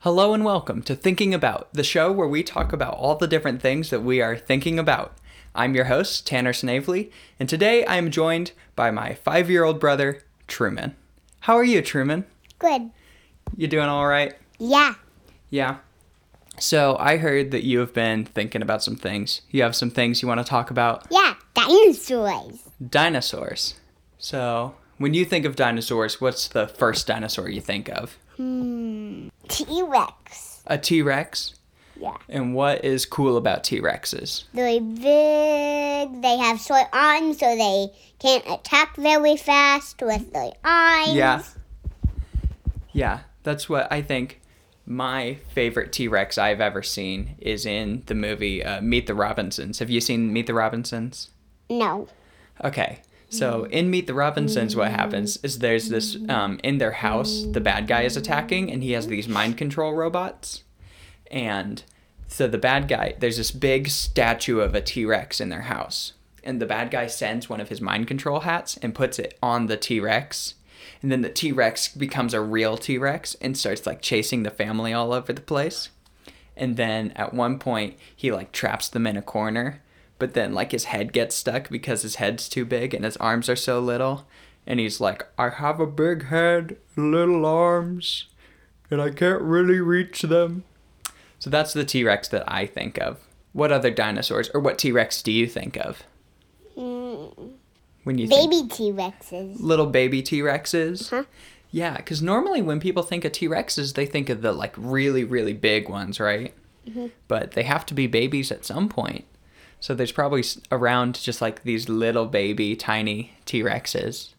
Hello and welcome to Thinking About, the show where we talk about all the different things that we are thinking about. I'm your host, Tanner Snavely, and today I am joined by my five year old brother, Truman. How are you, Truman? Good. You doing all right? Yeah. Yeah. So I heard that you have been thinking about some things. You have some things you want to talk about. Yeah. Dinosaurs. Dinosaurs. So when you think of dinosaurs, what's the first dinosaur you think of? T Rex. A T Rex? Yeah. And what is cool about T Rexes? They're big. They have short arms, so they can't attack very fast with their arms. Yeah. Yeah, that's what I think. My favorite T Rex I've ever seen is in the movie uh, Meet the Robinsons. Have you seen Meet the Robinsons? No. Okay. So in Meet the Robinsons, what happens is there's this um, in their house, the bad guy is attacking, and he has these mind control robots. And so the bad guy, there's this big statue of a T Rex in their house. And the bad guy sends one of his mind control hats and puts it on the T Rex. And then the T Rex becomes a real T Rex and starts like chasing the family all over the place and then at one point he like traps them in a corner but then like his head gets stuck because his head's too big and his arms are so little and he's like i have a big head little arms and i can't really reach them so that's the t-rex that i think of what other dinosaurs or what t-rex do you think of when you think Baby T Rexes. little baby t-rexes yeah because normally when people think of t-rexes they think of the like really really big ones right but they have to be babies at some point so there's probably s- around just like these little baby tiny t-rexes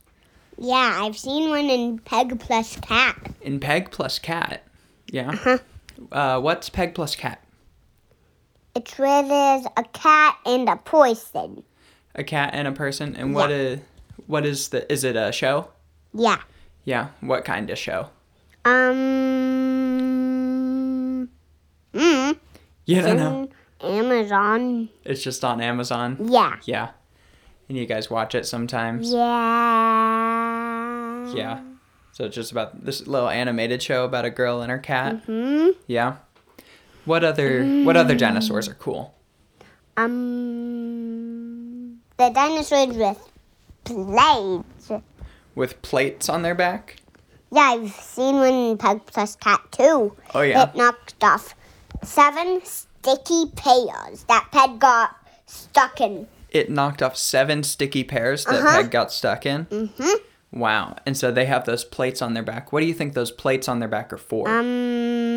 Yeah, I've seen one in Peg Plus Cat. in peg plus cat yeah uh, what's peg plus cat It's where there's a cat and a person. a cat and a person and what is what is the is it a show Yeah. yeah what kind of show Um. Mm. you don't know Amazon. it's just on amazon Yeah. yeah and you guys watch it sometimes Yeah. Yeah. So it's just about this little animated show about a girl and her cat. Mm-hmm. Mm. Yeah. What other what other dinosaurs are cool? Um. The dinosaurs with plates. With plates on their back? Yeah, I've seen one in Pug Plus Cat too. Oh, yeah. It knocked off seven sticky pears that Peg got stuck in. It knocked off seven sticky pears that Peg got stuck in. Uh-huh. Mm-hmm. Wow. And so they have those plates on their back. What do you think those plates on their back are for?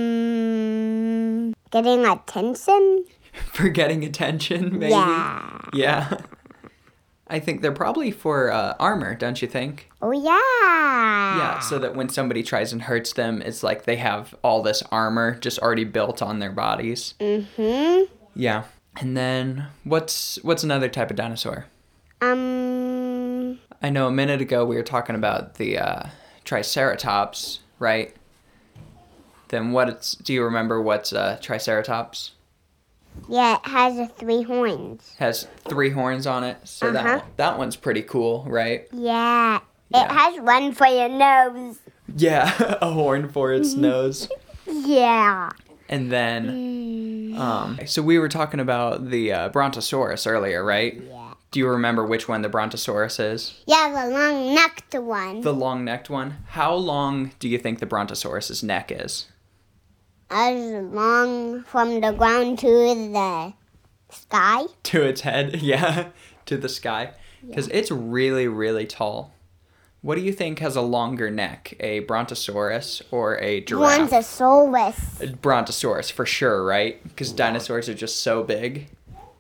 Um. Getting attention? for getting attention, maybe? Yeah. Yeah. I think they're probably for uh, armor, don't you think? Oh, yeah. Yeah, so that when somebody tries and hurts them, it's like they have all this armor just already built on their bodies. Mm-hmm. Hmm? Yeah. And then what's what's another type of dinosaur? Um. I know a minute ago we were talking about the uh, Triceratops, right? Then what's do you remember what's a Triceratops? Yeah, it has three horns. Has three horns on it, so Uh-huh. that one, that one's pretty cool, right? Yeah. It Yeah. has one for your nose. Yeah, a horn for its nose. Yeah. And then, um, so we were talking about the uh, Brontosaurus earlier, right? Yeah. Do you remember which one the Brontosaurus is? Yeah, the long necked one. The long necked one. How long do you think the Brontosaurus's neck is? as long from the ground to the sky. To its head, yeah, to the sky. Because it's really, really tall. What do you think has a longer neck, a Brontosaurus or a giraffe? Brontosaurus. Brontosaurus, for sure, right? Because dinosaurs are just so big.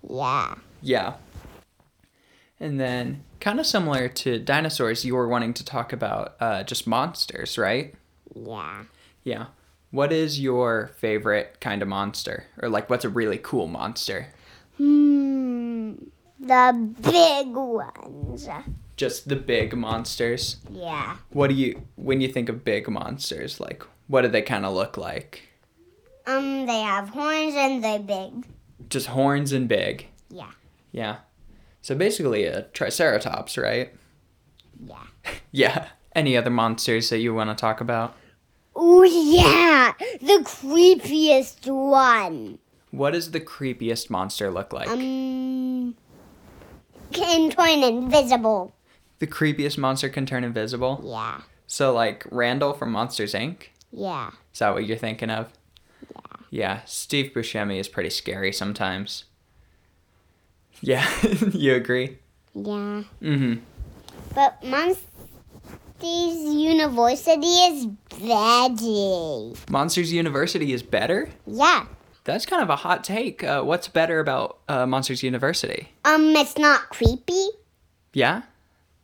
Yeah. Yeah. And then, kind of similar to dinosaurs, you were wanting to talk about uh, just monsters, right? Yeah. Yeah. What is your favorite kind of monster? Or, like, what's a really cool monster? Hmm. The big ones. Just the big monsters. Yeah. What do you, when you think of big monsters, like, what do they kind of look like? Um, they have horns and they're big. Just horns and big. Yeah. Yeah. So basically a triceratops, right? Yeah. Yeah. Any other monsters that you want to talk about? Oh, yeah. The creepiest one. What does the creepiest monster look like? Um. Can turn invisible. the creepiest monster can turn invisible. Yeah. So like Randall from Monsters Inc. Yeah. Is that what you're thinking of? Yeah. Steve Buscemi is pretty scary sometimes. Yeah, you agree? Yeah. Mm-hmm. But Monsters University is veggie. Monsters University is better? Yeah. That's kind of a hot take. Uh, what's better about uh, Monsters University? Um, it's not creepy. Yeah?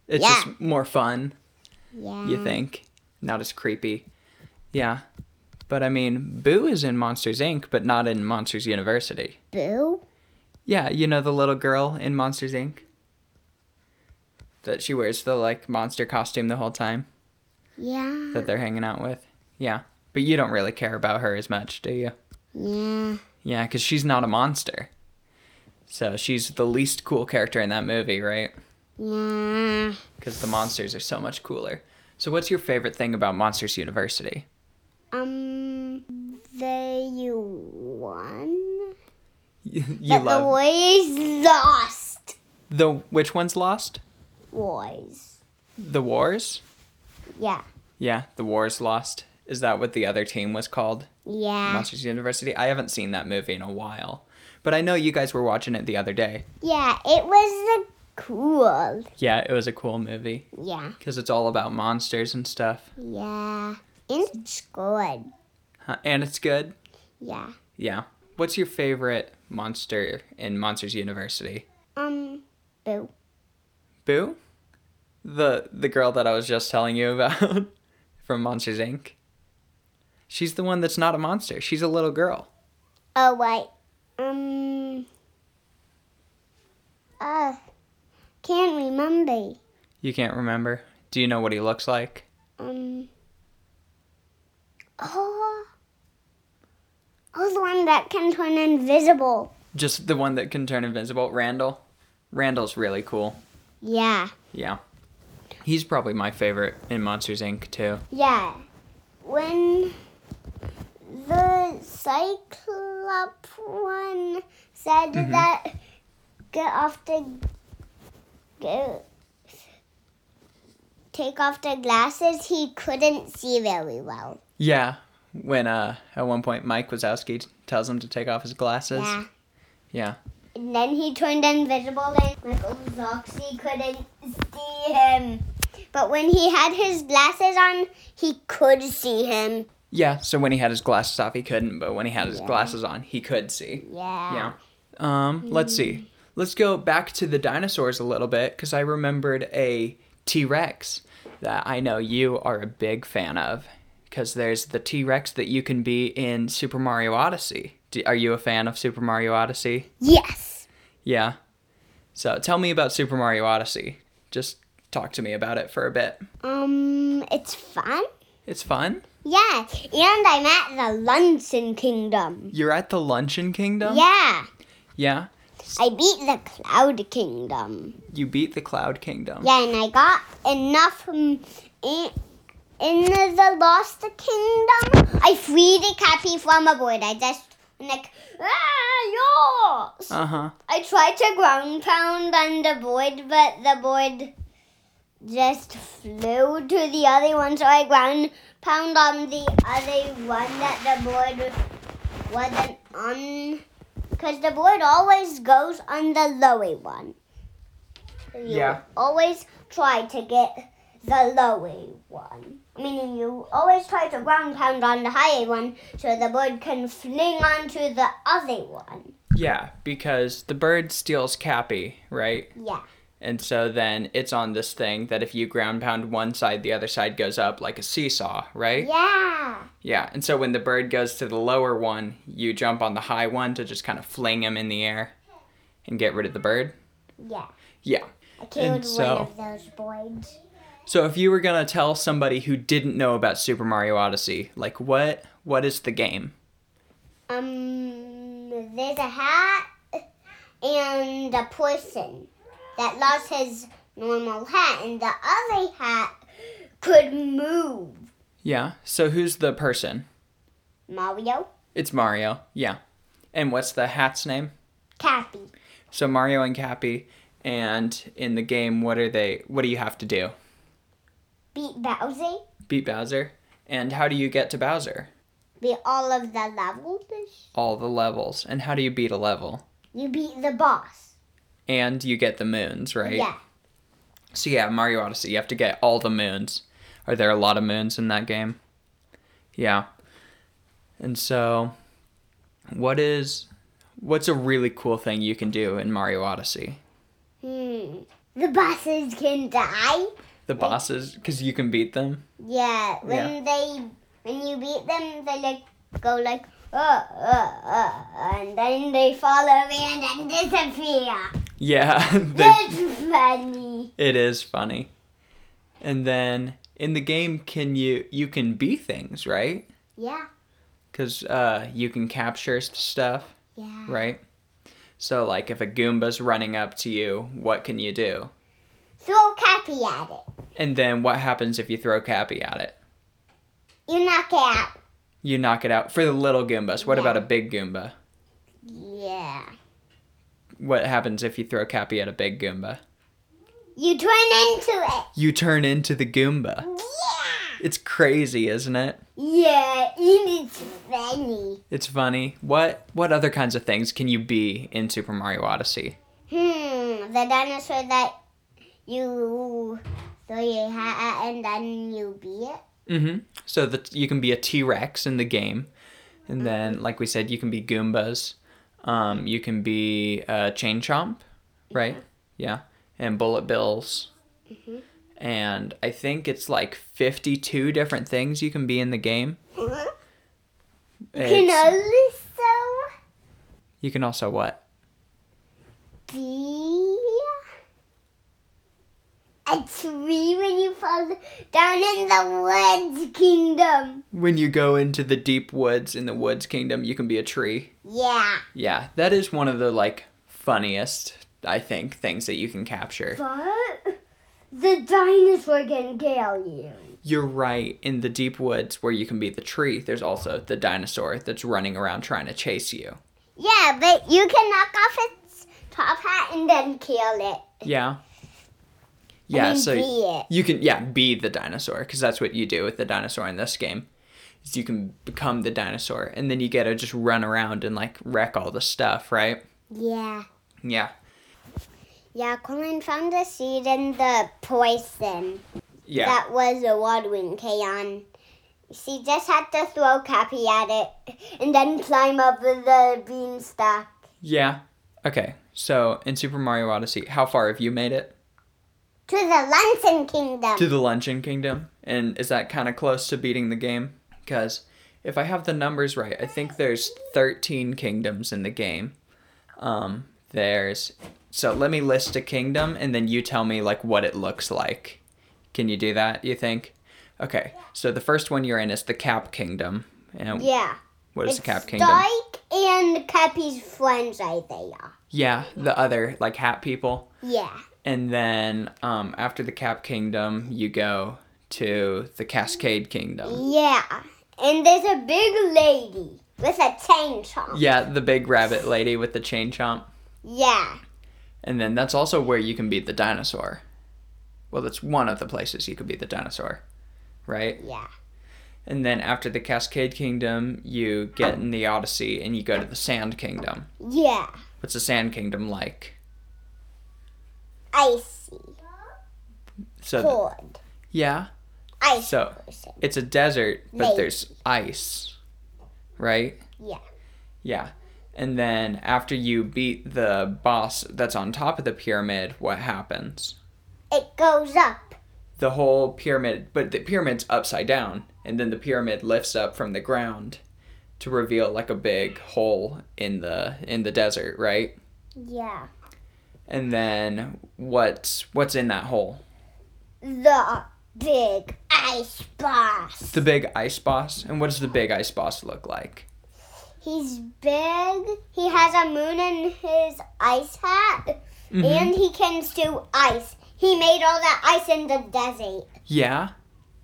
It's Yeah. just more fun, Yeah. you think? Not as creepy. Yeah. But I mean, Boo is in Monsters Inc., but not in Monsters University. Boo? Yeah, you know the little girl in Monsters Inc. That she wears the like monster costume the whole time Yeah. that they're hanging out with. Yeah, but you don't really care about her as much, do you? Yeah. Yeah, because she's not a monster. So she's the least cool character in that movie, right? Yeah. Because the monsters are so much cooler. So what's your favorite thing about Monsters University? Um, the you won? You, you But the love boys lost. the which one's lost? Boys. The Wars? Yeah. Yeah, the Wars lost. Is that what the other team was called? Yeah. Monsters University. I haven't seen that movie in a while, but I know you guys were watching it the other day. Yeah, it was the cool. Yeah, it was a cool movie Yeah. because it's all about monsters and stuff, Yeah. It's good. huh? and it's good. Yeah. Yeah. What's your favorite monster in Monsters University? Um, boo. Boo, the the girl that I was just telling you about from Monsters Inc. She's the one that's not a monster. She's a little girl. Oh, wait. Um, uh, can't remember. You can't remember. Do you know what he looks like? Um, oh, oh, the one that can turn invisible. Just the one that can turn invisible, Randall. Randall's really cool. Yeah. Yeah. He's probably my favorite in Monsters Inc. too. Yeah. When the Cyclop one said that get off the go take off the glasses, he couldn't see very well. Yeah. When uh at one point Mike Wazowski t- tells him to take off his glasses. Yeah. Yeah. And then he turned invisible and Michael Zoxy couldn't see him. But when he had his glasses on, he could see him. Yeah, so when he had his glasses off he couldn't, but when he had his Yeah. glasses on he could see. Yeah. Yeah. Um let's see. Let's go back to the dinosaurs a little bit cuz I remembered a T-Rex that I know you are a big fan of cuz there's the T-Rex that you can be in Super Mario Odyssey. Do, are you a fan of Super Mario Odyssey? Yes. Yeah. So tell me about Super Mario Odyssey. Just talk to me about it for a bit. Um, it's fun. It's fun. Yeah, and I'm at the Lunson Kingdom. You're at the Luncheon Kingdom? Yeah, Yeah. I beat the Cloud Kingdom. You beat the Cloud Kingdom. Yeah, and I got enough mm, in, in the Lost Kingdom. I freed a Cappy from a board. I just like ah yours. Uh huh. I tried to ground pound on the board, but the board just flew to the other one, so I ground pound on the other one that the board wasn't on. Because the board always goes on the lower one. You Yeah. always try to get the lower one. Meaning you always try to ground pound on the higher one so the board can fling onto the other one. Yeah, because the bird steals Cappy, right? Yeah. And so then it's on this thing that if you ground pound one side, the other side goes up like a seesaw, right? Yeah. Yeah. And so when the bird goes to the lower one, you jump on the high one to just kind of fling him in the air and get rid of the bird. Yeah. Yeah. I And killed so- one of those boys. So if you were gonna tell somebody who didn't know about Super Mario Odyssey, like what what is the game? Um, there's a hat and a person that lost his normal hat, and the other hat could move. Yeah. So who's the person? Mario, It's Mario. Yeah. And what's the hat's name? Cappy. So Mario and Cappy. And in the game, what are they? What do you have to do? Beat Bowser. Beat Bowser. And how do you get to Bowser? Beat all of the levels. All the levels. And how do you beat a level? You beat the boss. And you get the moons, right? Yeah. So yeah, Mario Odyssey. You have to get all the moons. Are there a lot of moons in that game? Yeah. And so, what is, what's a really cool thing you can do in Mario Odyssey? Hmm. The bosses can die. The bosses, because you can beat them. Yeah. When they when you beat them, they like go like uh, uh, uh, and then they fall over and then disappear. Yeah, they, That's funny. it is funny. And then in the game, can you you can be things, right? Yeah. Because uh, you can capture stuff, Yeah. right? So like, if a Goomba's running up to you, what can you do? Throw Cappy at it. And then what happens if you throw Cappy at it? You knock it out. You knock it out for the little Goombas. What Yeah. about a big Goomba? Yeah. What happens if you throw Cappy at a big Goomba? You turn into it. You turn into the Goomba. Yeah. It's crazy, isn't it? Yeah, and it's funny. It's funny. What what other kinds of things can you be in Super Mario Odyssey? Hmm, the dinosaur that you throw your hat at and then you beat it. Mhm. So that you can be a T-Rex in the game. And then like we said, you can be Goombas. Um, you can be uh, Chain Chomp, right? Yeah. And Bullet Bills. and I think it's like 52 different things you can be in the game. you can It's- also you can also what? be a tree when you fall down in the woods kingdom. When you go into the deep woods in the woods kingdom, you can be a tree. Yeah. Yeah, that is one of the like funniest, I think, things that you can capture. But the dinosaur can kill you. You're right, in the deep woods where you can be the tree, there's also the dinosaur that's running around trying to chase you. Yeah, but you can knock off its top hat and then kill it. Yeah. Yeah, I mean, so be it. You can yeah be the dinosaur because that's what you do with the dinosaur in this game. Is you can become the dinosaur and then you get to just run around and like wreck all the stuff, right? Yeah. Yeah, Yeah, Colin found a seed in the poison yeah, that was a watering can. She just had to throw Cappy at it and then climb over the beanstalk. yeah. Okay, so in Super Mario Odyssey, how far have you made it To the Luncheon Kingdom. to the Luncheon Kingdom? And is that kind of close to beating the game? Because if I have the numbers right, I think there's 13 kingdoms in the game. Um, there's so let me list a kingdom and then you tell me like what it looks like. Can you do that? You think? Okay. So the first one you're in is the Cap Kingdom. And yeah. what is the Cap Kingdom? Dyke and Cappy's friends are there. Yeah, the other like hat people. Yeah. And then um, after the Cap Kingdom, you go to the Cascade Kingdom. Yeah. And there's a big lady with a chain chomp. Yeah, the big rabbit lady with the chain chomp. Yeah. And then that's also where you can beat the dinosaur. Well, that's one of the places you could beat the dinosaur, right? Yeah. And then after the Cascade Kingdom, you get in the Odyssey and you go to the Sand Kingdom. Yeah. What's the Sand Kingdom like? Icy. So th- Cold. yeah, Icy. so person. it's a desert, but Lake. there's ice, right? Yeah. Yeah. And then after you beat the boss that's on top of the pyramid, what happens? It goes up. the whole pyramid, but the pyramid's upside down, and then the pyramid lifts up from the ground to reveal like a big hole in the in the desert, right? Yeah. And then what's what's in that hole? The big ice boss. The big ice boss. And what does the big ice boss look like? He's big. He has a moon in his ice hat. And he can do ice. He made all that ice in the desert. Yeah.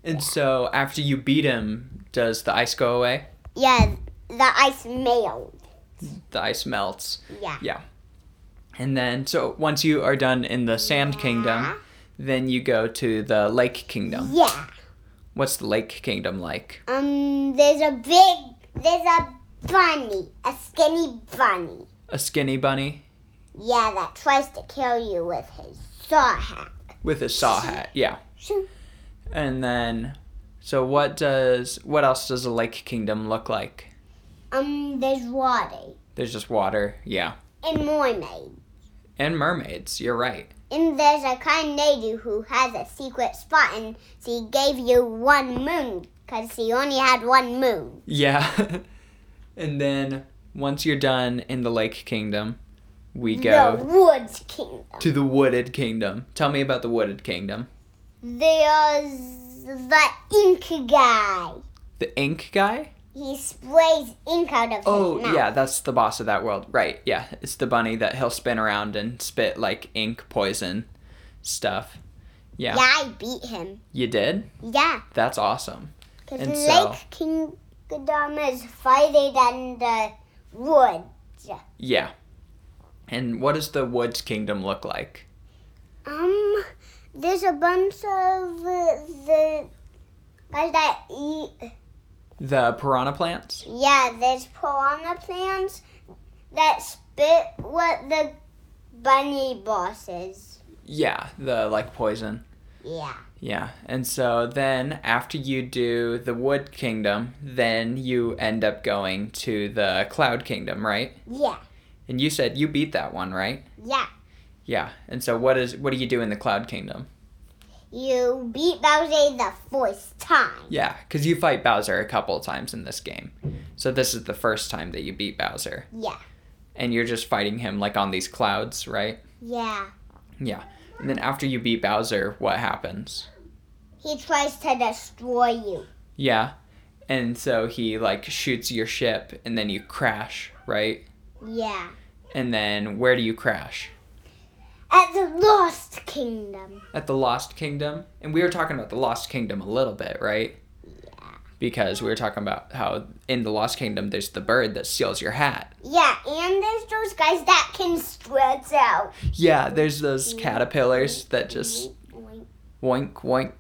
And so after you beat him, does the ice go away? Yeah, the ice melted. The ice melts. Yeah. Yeah. And then, so once you are done in the Sand Kingdom, then you go to the Lake Kingdom. Yeah. What's the Lake Kingdom like? Um, there's a big, there's a bunny, a skinny bunny. A skinny bunny Yeah, that tries to kill you with his saw hat. with a saw hat. Yeah. Shoo. And then, so what does what else does the Lake Kingdom look like? Um, there's water There's just water. Yeah. and mermaid. And mermaids. You're right. And there's a kind lady who has a secret spot, and she gave you one moon because she only had one moon. Yeah. and then once you're done in the Lake Kingdom, we go The Woods Kingdom. to the Wooded Kingdom. Tell me about the Wooded Kingdom. There's the ink guy. The ink guy? He sprays ink out of Oh, his mouth. yeah, that's the boss of that world. Right, yeah. It's the bunny that he'll spin around and spit like ink poison stuff. Yeah. Yeah, I beat him. You did? Yeah, That's awesome. because And Lake so- Kingdom is farther than the wood. Yeah. And what does the Woods Kingdom look like? Um, there's a bunch of uh, the guys that eat. The piranha plants? Yeah, there's piranha plants that spit what the bunny boss is. Yeah, the like poison. Yeah. Yeah, and so then after you do the Wood Kingdom, then you end up going to the Cloud Kingdom, right? Yeah. And you said you beat that one, right? Yeah. Yeah. And so what is what do you do in the Cloud Kingdom? You beat Bowser the first time. Yeah, because you fight Bowser a couple times in this game, so this is the first time that you beat Bowser, Yeah. and you're just fighting him like on these clouds, right? Yeah. Yeah. And then after you beat Bowser, what happens? He tries to destroy you. Yeah. And so he like shoots your ship, and then you crash, right? Yeah. And then where do you crash? At the Lost Kingdom. At the Lost Kingdom. And we were talking about the Lost Kingdom a little bit, right? Because we were talking about how in the Lost Kingdom there's the bird that steals your hat. Yeah, and there's those guys that can stretch out. Yeah, there's those caterpillars that just Oink, woink woink.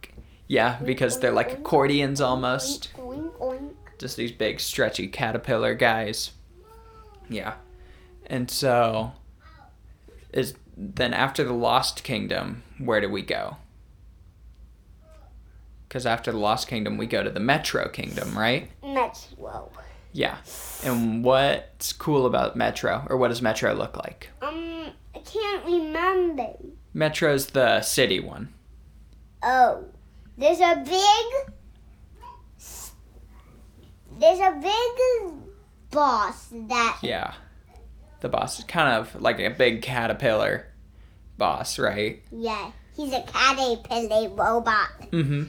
Yeah, because they're like accordions almost. oink, oink. Just these big stretchy caterpillar guys. Yeah. And so is then after the Lost Kingdom, where do we go? Because after the Lost Kingdom, we go to the Metro Kingdom, right? Metro. Yeah. And what's cool about Metro, or what does Metro look like? Um, I can't remember. Metro's the city one. Oh, there's a big. There's a big boss that. Yeah. The boss is kind of like a big caterpillar boss, right? Yeah, he's a caterpillar robot. Mm hmm.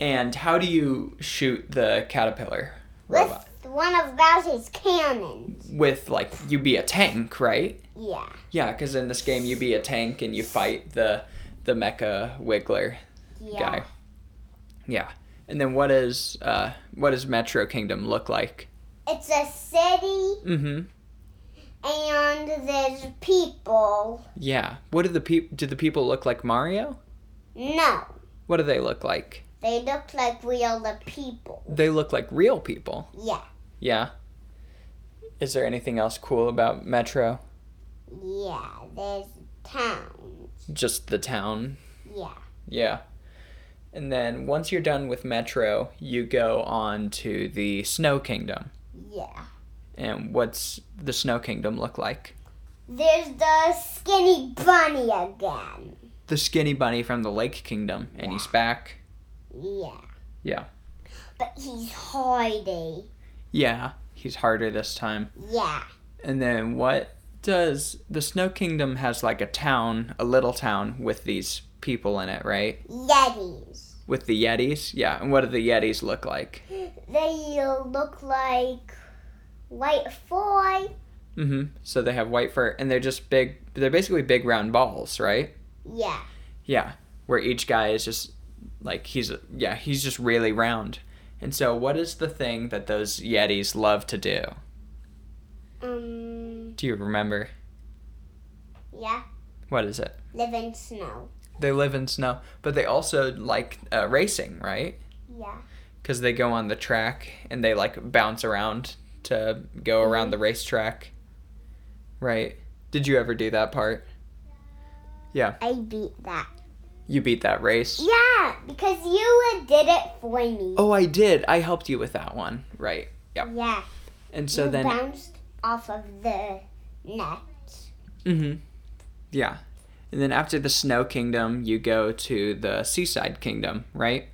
And how do you shoot the caterpillar robot? With one of Bowser's cannons. With, like, you be a tank, right? Yeah. Yeah, because in this game you be a tank and you fight the the mecha wiggler Yeah. guy. Yeah. And then what is uh what does Metro Kingdom look like? It's a city Mm-hmm. and there's people. Yeah. What do the peop do the people look like Mario? No, What do they look like? they look like real the people. They look like real people. Yeah. Yeah. Is there anything else cool about Metro? Yeah, there's towns. Just the town. Yeah. Yeah. And then once you're done with Metro, you go on to the Snow Kingdom. Yeah. And what's the Snow Kingdom look like? There's the skinny bunny again. The skinny bunny from the Lake Kingdom, and he's back. Yeah. Yeah. But he's hardy. Yeah, he's harder this time. Yeah. And then what does the Snow Kingdom has like a town, a little town with these people in it, right? Yetis. With the Yetis? Yeah. And what do the Yetis look like? They look like white foy. Mhm. So they have white fur and they're just big they're basically big round balls, right? Yeah. Yeah. Where each guy is just Like he's yeah, he's just really round. And so what is the thing that those yetis love to do? Um. Do you remember? Yeah. What is it? Live in snow. They live in snow, but they also like uh, racing, right? Yeah. Cuz they go on the track and they like bounce around to go around the racetrack. Right? Did you ever do that part? I beat that. You beat that race? Mm. Yeah, because you did it for me. Oh, I did. I helped you with that one. Right. Yep. Yeah. And so you then bounced off of the net. Mm-hmm. Yeah. And then after the Snow Kingdom, you go to the Seaside Kingdom, right?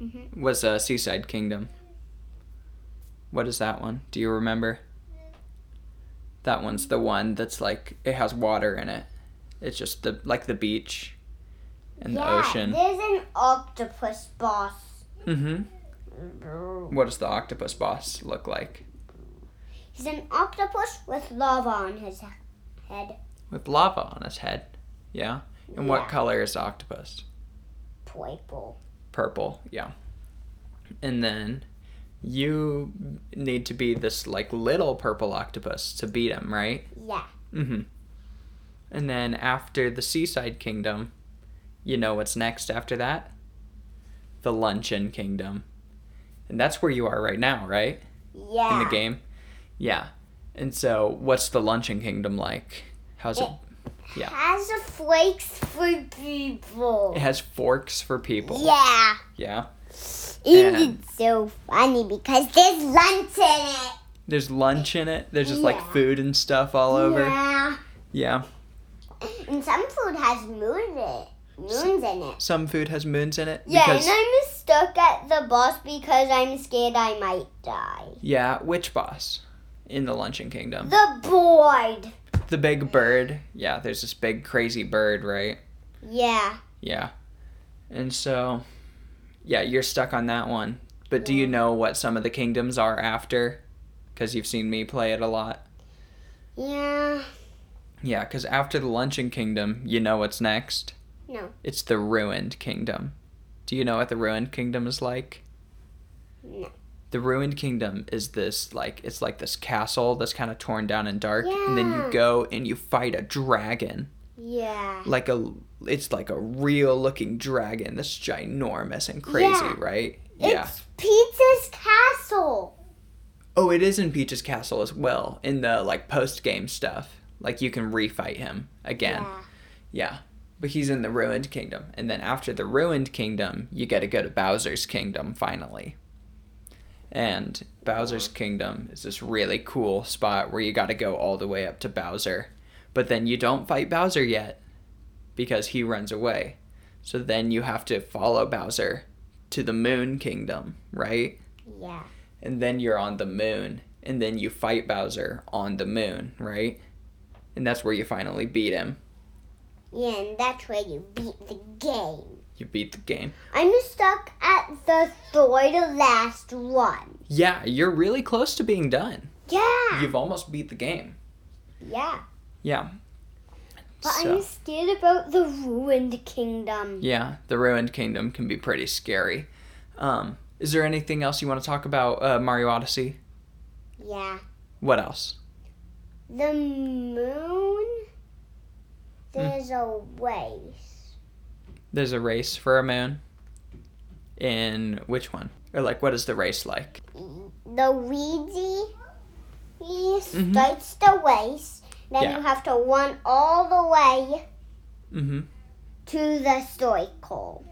Mhm. What's a Seaside Kingdom? What is that one? Do you remember? That one's the one that's like it has water in it. It's just the like the beach and the yeah, ocean. There's an octopus boss. mm-hmm. What does the octopus boss look like? He's an octopus with lava on his head. With lava on his head. Yeah. And what Yeah. color is the octopus? Purple. purple yeah and then you need to be this like little purple octopus to beat him right Yeah. mm-hmm and then after the seaside kingdom you know what's next after that the luncheon kingdom and that's where you are right now right Yeah. in the game yeah and so what's the luncheon kingdom like how's it yeah. Has a flakes for people. it has forks for people Yeah. yeah And And- it's so funny because there's lunch in it. there's lunch in it there's just like Yeah. food and stuff all over Yeah. yeah. And some food has moon in it. moons in it. some food has moons in it Yeah, because and I'm stuck at the boss because I'm scared I might die. yeah which boss in the luncheon kingdom The board. the big bird yeah there's this big crazy bird right Yeah. yeah and so yeah you're stuck on that one but do you know what some of the kingdoms are after because you've seen me play it a lot Yeah. yeah because after the luncheon kingdom you know what's next No. it's the ruined kingdom do you know what the ruined kingdom is like No. the ruined kingdom is this like it's like this castle that's kind of torn down and dark and then you Yeah. go and you fight a dragon Yeah. like a it's like a real looking dragon that's ginormous and crazy Yeah. right yeah It's Pizza's castle. oh it is in peach's castle as well in the like post game stuff like you can refight him again Yeah. yeah but he's in the ruined kingdom and then after the ruined kingdom you got to go to bowser's kingdom finally and bowser's kingdom is this really cool spot where you got to go all the way up to bowser but then you don't fight bowser yet because he runs away so then you have to follow bowser to the moon kingdom right Yeah. and then you're on the moon and then you fight bowser on the moon right and that's where you finally beat him Yeah, and that's where you beat the game. you beat the game I'm stuck at the third to last one. Yeah, you're really close to being done. Yeah. You've almost beat the game. yeah. Yeah. But So, I'm scared about the ruined kingdom. yeah, the Ruined Kingdom can be pretty scary. Um, is there anything else you want to talk about uh, Mario Odyssey? Yeah. What else? The moon. Hmm. There's a race. There's a race for a moon. In which one? Or like, what is the race like? The Ouija. He Mhm. starts the race. Then Yeah. you have to run all the way Mm-hmm. to the circle.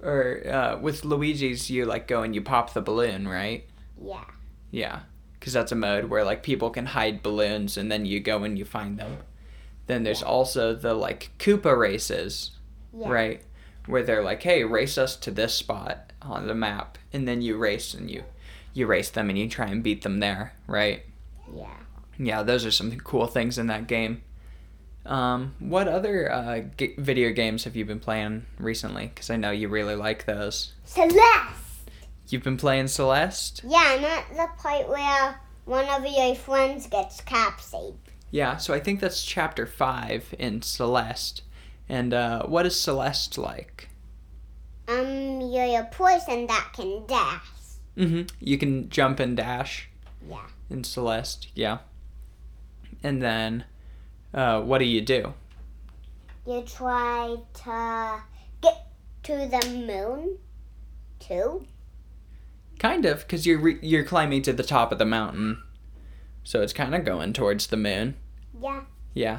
Or uh, with Luigi's, you like go and you pop the balloon, right? Yeah. Yeah, because that's a mode where like people can hide balloons and then you go and you find them. Then there's also the like Koopa races, Yeah. right? Where they're like, hey, race us to this spot on the map, and then you race and you you race them and you try and beat them there, right? Yeah. Yeah, those are some cool things in that game. Um, what other uh, g- video games have you been playing recently? Because I know you really like those. Celeste. You've been playing Celeste. Yeah, not the part where one of your friends gets captured. Yeah, so I think that's chapter five in Celeste. And uh, what is Celeste like? um, you're a person that can dash. hmm You can jump and dash Yeah. in Celeste. Yeah. And then, uh, what do you do? You try to get to the moon, too. Kind of, because you're re- you're climbing to the top of the mountain, so it's kind of going towards the moon. Yeah. Yeah,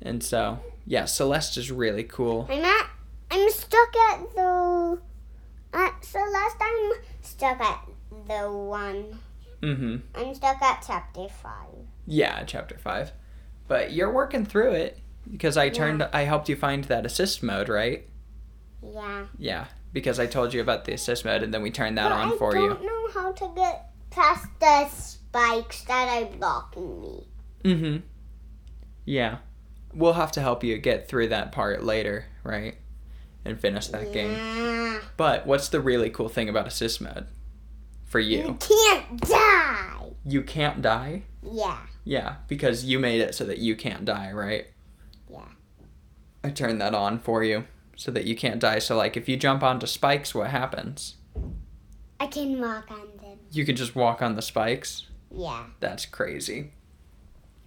and so yeah, Celeste is really cool. I'm at. I'm stuck at the. At Celeste, I'm stuck at the one. Mm-hmm. I'm stuck at chapter five. Yeah, chapter five, but you're working through it because I turned I helped you find that assist mode, right? Yeah. Yeah, because I told you about the assist mode, and then we turned that But on I for you. don't know how to get past the spikes that are blocking me. Mm-hmm. Yeah, we'll have to help you get through that part later, right? And finish that game. Yeah. But what's the really cool thing about assist mode for You you? can't die. You can't die. Yeah. Yeah, because you made it so that you can't die, right? Yeah. I turned that on for you so that you can't die. So like if you jump onto spikes, what happens? I can walk on them. You can just walk on the spikes. Yeah. That's crazy.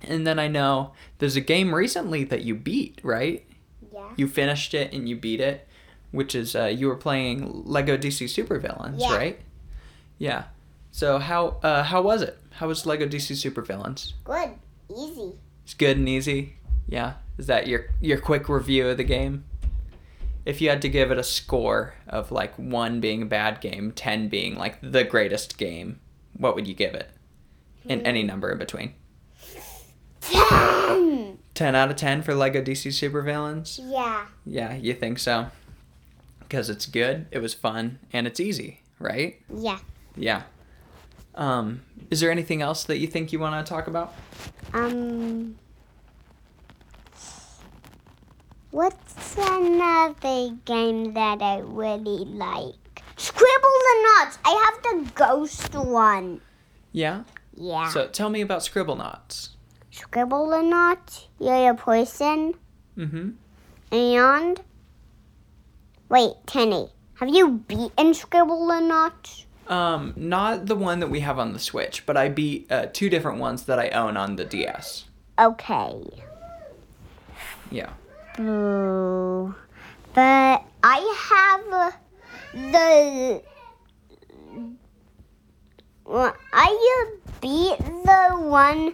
And then I know there's a game recently that you beat, right? Yeah. You finished it and you beat it, which is uh, you were playing Lego DC Supervillains, Yeah. right? Yeah. So how uh, how was it? How was Lego DC Supervillains? Good. Easy. It's good and easy. Yeah. Is that your your quick review of the game? If you had to give it a score of like one being a bad game, ten being like the greatest game, what would you give it? And any number in between. Ten. Ten out of ten for Lego DC Supervillains. Yeah. Yeah, you think so? Because it's good, it was fun, and it's easy, right? Yeah. Yeah. Um, is there anything else that you think you want to talk about? Um. What's another game that I really like? Scribble the Knots. I have the ghost one. Yeah. Yeah. So tell me about Scribble Knots. Scribble a knot, you're a person, Mm-hmm. and. Wait, Tenny, have you beaten Scribble a knot? Um, not the one that we have on the Switch, but I beat uh, two different ones that I own on the DS. Okay. Yeah. Boo. But I have uh, the. Well, I uh, beat the one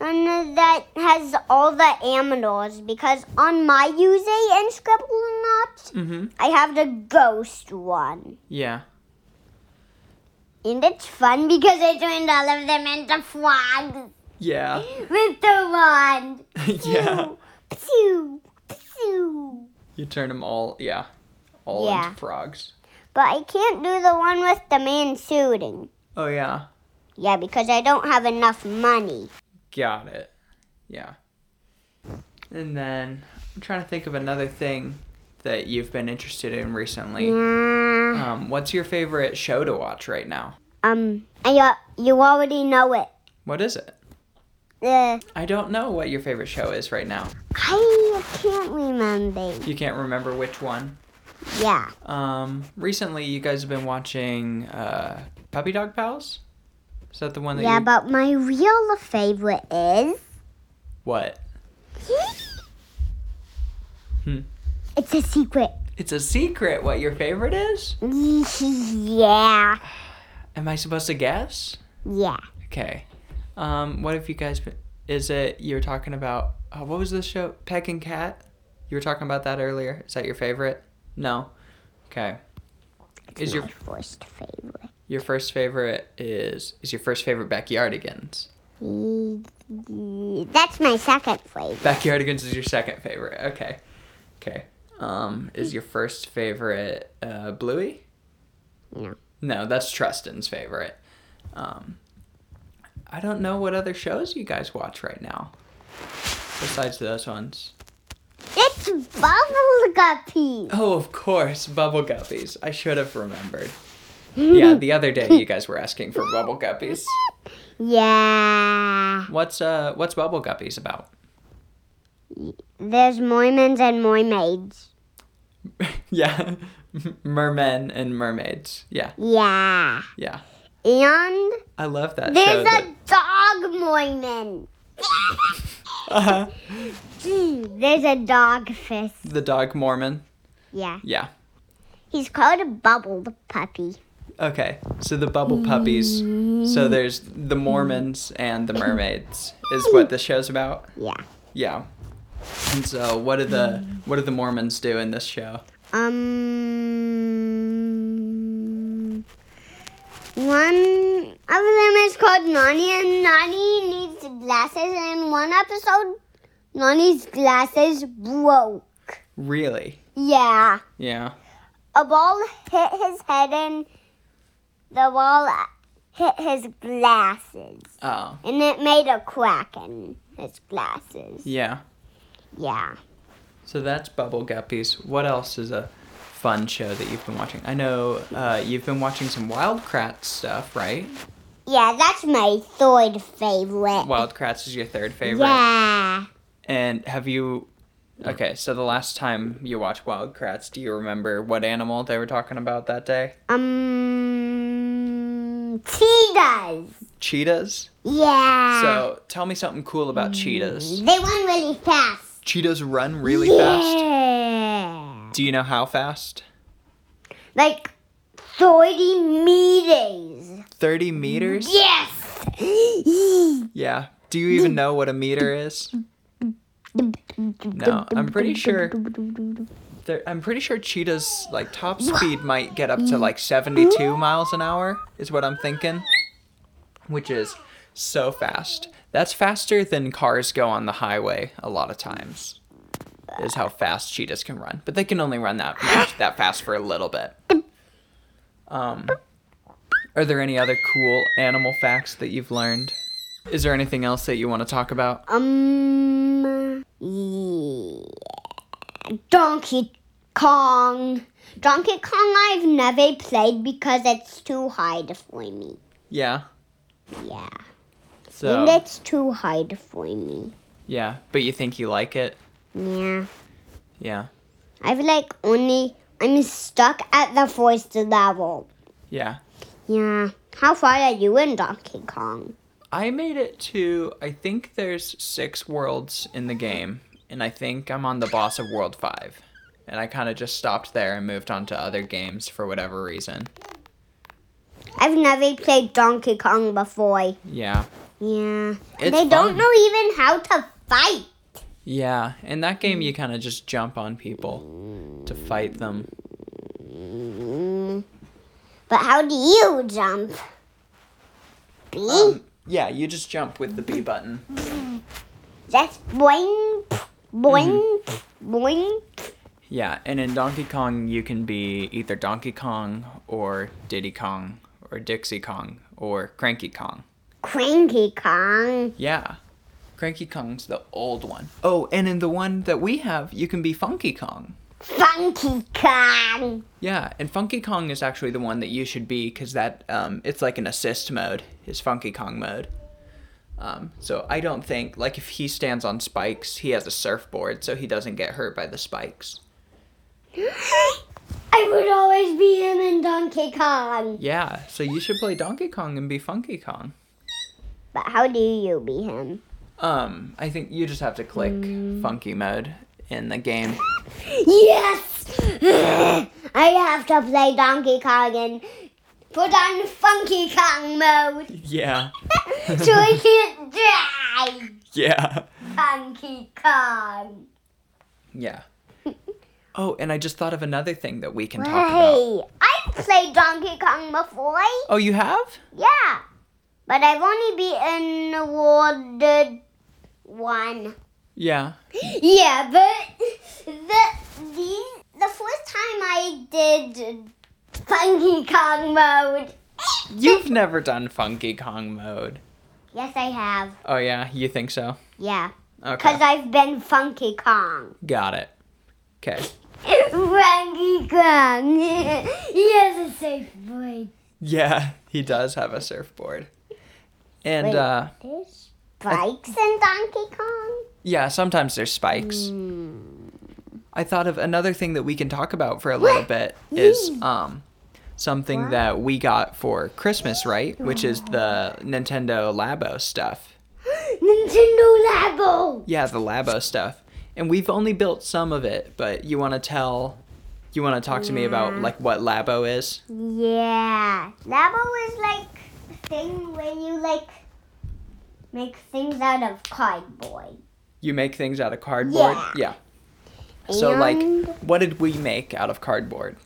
um, that has all the animals because on my Uze and Scribble a Knot, Mm-hmm. I have the ghost one. Yeah. And it's fun because I turned all of them into frogs Yeah. with the wand. yeah. Psoo, psoo. You turn them all. Yeah. All Yeah. into frogs. But I can't do the one with the man shooting. Oh yeah. Yeah, because I don't have enough money. Got it. Yeah. And then I'm trying to think of another thing that you've been interested in recently. Yeah. Um, what's your favorite show to watch right now? Um, I, uh, you already know it. What is it? Uh, I don't know what your favorite show is right now. I can't remember. You can't remember which one. Yeah. Um, recently you guys have been watching uh, Puppy Dog Pals. Is that the one that? Yeah, you- but my real favorite is. What? Hmm. It's a secret. It's a secret. What your favorite is? yeah. Am I supposed to guess? Yeah. Okay. Um, what have you guys been? Is it you were talking about? Uh, what was the show? Peck and Cat. You were talking about that earlier. Is that your favorite? No. Okay. Is your my first favorite. your first favorite is is your first favorite Backyardigans? Mm, That's my second favorite. Backyardigans is your second favorite. Okay. Okay. Um, is your first favorite uh, Bluey? No. No, that's Treston's favorite. Um, I don't know what other shows you guys watch right now besides those ones. It's bubble guppy. Oh, of course, Bubble Guppies. I should have remembered. Yeah, the other day you guys were asking for Bubble Guppies. Yeah. What's uh, what's Bubble Guppies about? There's mermaids and mermaids. yeah, mermen and mermaids. Yeah, Yeah. yeah. And I love that show. there's that- a dog Mormon. Uh-huh. Mm, There's a dog fist. The dog Mormon. Yeah. Yeah. He's called a bubbled puppy. Okay. So the bubble puppies. So there's the Mormons and the mermaids is what the show's about. Yeah. Yeah. And so what do the what do the Mormons do in this show? Um. One of them is called Nani, and Nani needs glasses. And one episode, Nani's glasses broke. Really? Yeah. Yeah. A ball hit his head, and the ball hit his glasses. Oh. And it made a crack in his glasses. Yeah. Yeah. So that's Bubble Guppies. What else is a fun show that you've been watching? I know uh, you've been watching some Wildcrats stuff, right? Yeah, that's my third favorite. Wildcrats is your third favorite. Yeah. And have you? Okay, so the last time you watched Wildcrats, do you remember what animal they were talking about that day? Um, cheetahs. Cheetahs. Yeah. So tell me something cool about cheetahs. they run really fast. Cheetahs run really fast. yeah. Do you know how fast? Like thirty meters. Thirty meters. Yes. Yeah. Do you even know what a meter is? No, I'm pretty sure. they're- I'm pretty sure cheetahs like top speed might get up to like 72 miles an hour is what I'm thinking, which is so fast. That's faster than cars go on the highway a lot of times. Is how fast cheetahs can run, but they can only run that much, that fast for a little bit. Um, are there any other cool animal facts that you've learned? Is there anything else that you want to talk about? Um. Yeah. Donkey Kong. Donkey Kong. I've never played because it's too hard for me. Yeah. Yeah. And So it's too hard for me. yeah, but you think you like it? Yeah. Yeah. I've like only I'm stuck at the first level. Yeah. Yeah. How far are you in Donkey Kong? I made it to I think there's 6 worlds in the game and I think I'm on the boss of world 5. And I kind of just stopped there and moved on to other games for whatever reason. I've never played Donkey Kong before. Yeah. Yeah. It's fun. they don't know even how to fight. Yeah, in that game you kind of just jump on people to fight them. Mm. But how do you jump? B? Um, yeah, you just jump with the B button. That's boing, pff, boing, mm. pff, boing. Yeah, and in Donkey Kong, you can be either Donkey Kong or Diddy Kong or Dixie Kong or Cranky Kong. Cranky Kong. Yeah, Cranky Kong's the old one. Oh, and in the one that we have, you can be Funky Kong. Funky Kong. Yeah, and Funky Kong is actually the one that you should be because that um, it's like an assist mode. Is Funky Kong mode. Um, so I don't think like if he stands on spikes, he has a surfboard, so he doesn't get hurt by the spikes. I would always be him in Donkey Kong. Yeah, so you should play Donkey Kong and be Funky Kong. But how do you be him? Um, I think you just have to click Mm. funky mode in the game. Yes! I have to play Donkey Kong and put on Funky Kong mode Yeah. so I can't die. Yeah. Funky Kong. Yeah. Oh, and I just thought of another thing that we can talk about. Hey, I've played Donkey Kong before. Oh, you have? Yeah. But I've only beaten awarded one. Yeah. Yeah, but the the the first time I did Funky Kong mode. You've never done Funky Kong mode. Yes, I have. Oh, yeah, you think so? Yeah, Okay. cause I've been Funky Kong. Got it. Okay. Funky Kong. he has a safe void. Yeah, he does have a surfboard. And, Wait. uh, There's spikes in Donkey Kong. Hmm. yeah, sometimes there's spikes. I thought of another thing that we can talk about for a little bit is um something that we got for Christmas, right? Which is the Nintendo Labo stuff. Nintendo Labo. Yeah, the Labo stuff. And we've only built some of it, but you want to tell you want to talk to me about like what Labo is? Yeah, Labo is like a thing where you like make things out of cardboard. You make things out of cardboard? Yeah. So And- like what did we make out of cardboard?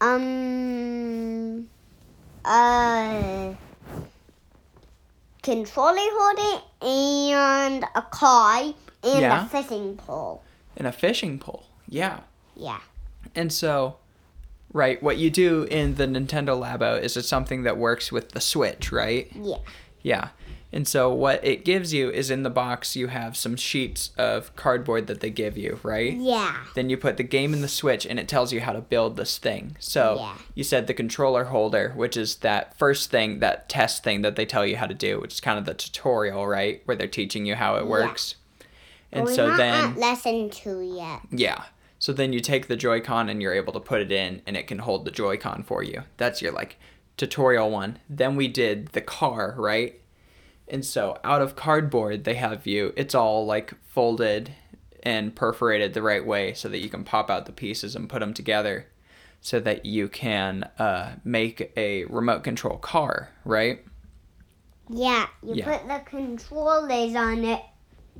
Um. Uh. Controller holding and a car and Yeah. a fishing pole. In a fishing pole. Yeah. Yeah. And so, right, what you do in the Nintendo Labo is it's something that works with the Switch, right? Yeah. Yeah. And so, what it gives you is in the box, you have some sheets of cardboard that they give you, right? Yeah. Then you put the game in the Switch and it tells you how to build this thing. So, Yeah. you said the controller holder, which is that first thing, that test thing that they tell you how to do, which is kind of the tutorial, right? Where they're teaching you how it works. And We're so not then. at lesson two yet. Yeah. So then you take the Joy-Con and you're able to put it in and it can hold the Joy-Con for you. That's your like tutorial one. Then we did the car, right? And so out of cardboard they have you it's all like folded and perforated the right way so that you can pop out the pieces and put them together so that you can uh, make a remote control car, right? Yeah. You Yeah. put the controllers on it,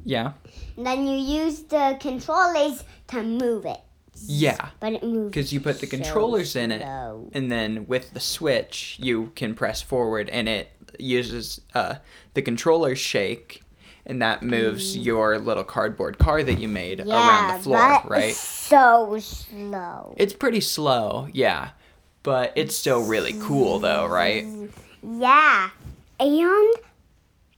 Yeah. and then you use the controllers to move it. Yeah. But it moves. Because you put the so controllers in it, slow. and then with the switch, you can press forward, and it uses uh, the controller shake, and that moves your little cardboard car that you made around the floor, but right? So slow. It's pretty slow, yeah, but it's still really cool, though, right? Yeah. And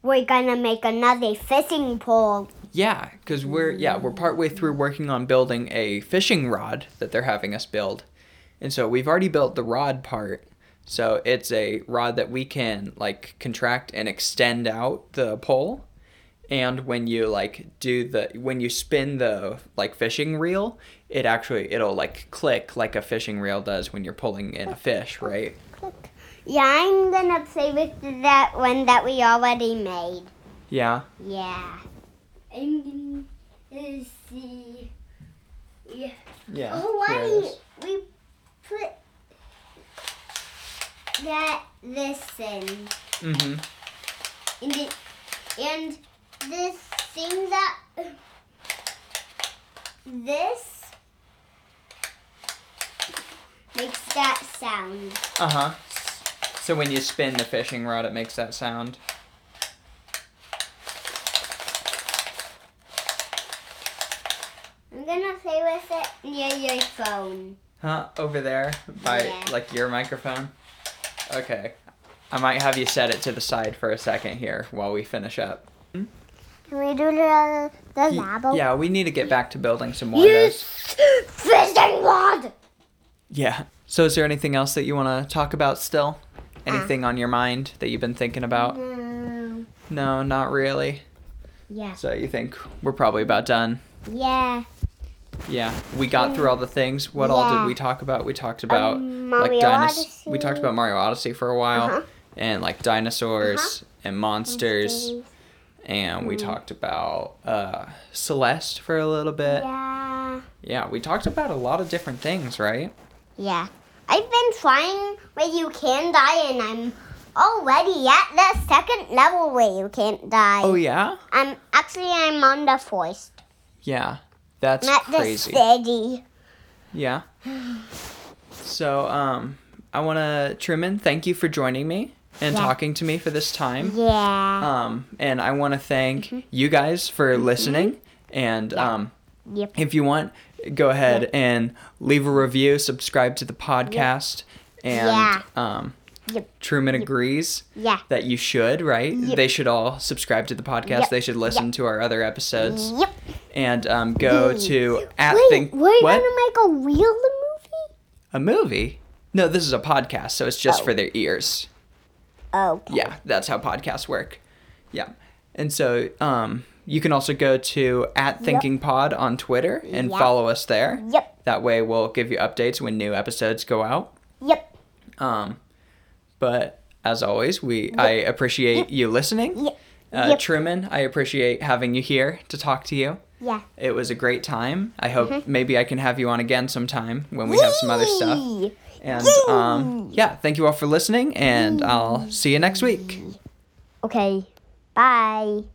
we're gonna make another fishing pole. Yeah, because we're yeah we're partway through working on building a fishing rod that they're having us build, and so we've already built the rod part. So it's a rod that we can like contract and extend out the pole, and when you like do the when you spin the like fishing reel, it actually it'll like click like a fishing reel does when you're pulling in a fish, right? Click. Yeah, I'm gonna play with that one that we already made. Yeah. Yeah. I'm gonna see. Yeah. Yeah. Oh, here it why is. we put that this in? Mhm. And, it, and this thing that this makes that sound. Uh huh. So when you spin the fishing rod, it makes that sound. I'm gonna play with it near your phone. Huh? Over there by Yeah. like your microphone? Okay. I might have you set it to the side for a second here while we finish up. Can we do the the Ye- labo? Yeah, we need to get back to building some more of those. Yes, fishing rod. Yeah. So is there anything else that you want to talk about still? Anything on your mind that you've been thinking about? Mm, No, not really. yeah. So you think we're probably about done? Yeah. Yeah. We got through all the things. What all did Yeah. we talk about? We talked about Um, like Mario dinos- We Odyssey. talked about Mario Odyssey for a while Uh-huh. and like dinosaurs and monsters. and we talked about uh, Celeste for a little bit. Yeah. Yeah. we talked about a lot of different things, right? Yeah. I've been trying where you can die, and I'm already at the second level where you can't die. Oh yeah, I'm actually I'm on the first. yeah, that's Not the crazy. steady. Yeah. So um, I want to Truman, thank you for joining me and Yeah. talking to me for this time. Yeah. Um, and I want to thank you guys for listening. And um, Yep. if you want, go ahead and leave a review, subscribe to the podcast, and Yeah. um, Yep. Truman agrees. Yeah. that you should, right? They should all subscribe to the podcast. Yep. They should listen to our other episodes Yep. and um, go to at Wait, think we're what gonna make a real movie? a movie. No, this is a podcast, so it's just for their ears. Oh. Yeah, that's how podcasts work. Yeah, And so um, you can also go to at Thinking Pod on Twitter and Yeah. follow us there. Yep. That way we'll give you updates when new episodes go out. Yep. Um, but as always, we I appreciate you listening. Yep. Uh, Yep. Truman, I appreciate having you here to talk to you. Yeah. It was a great time. I hope Mm-hmm. maybe I can have you on again sometime when we have some other stuff. Yee. And um, yeah, thank you all for listening, and I'll see you next week. Okay. Bye.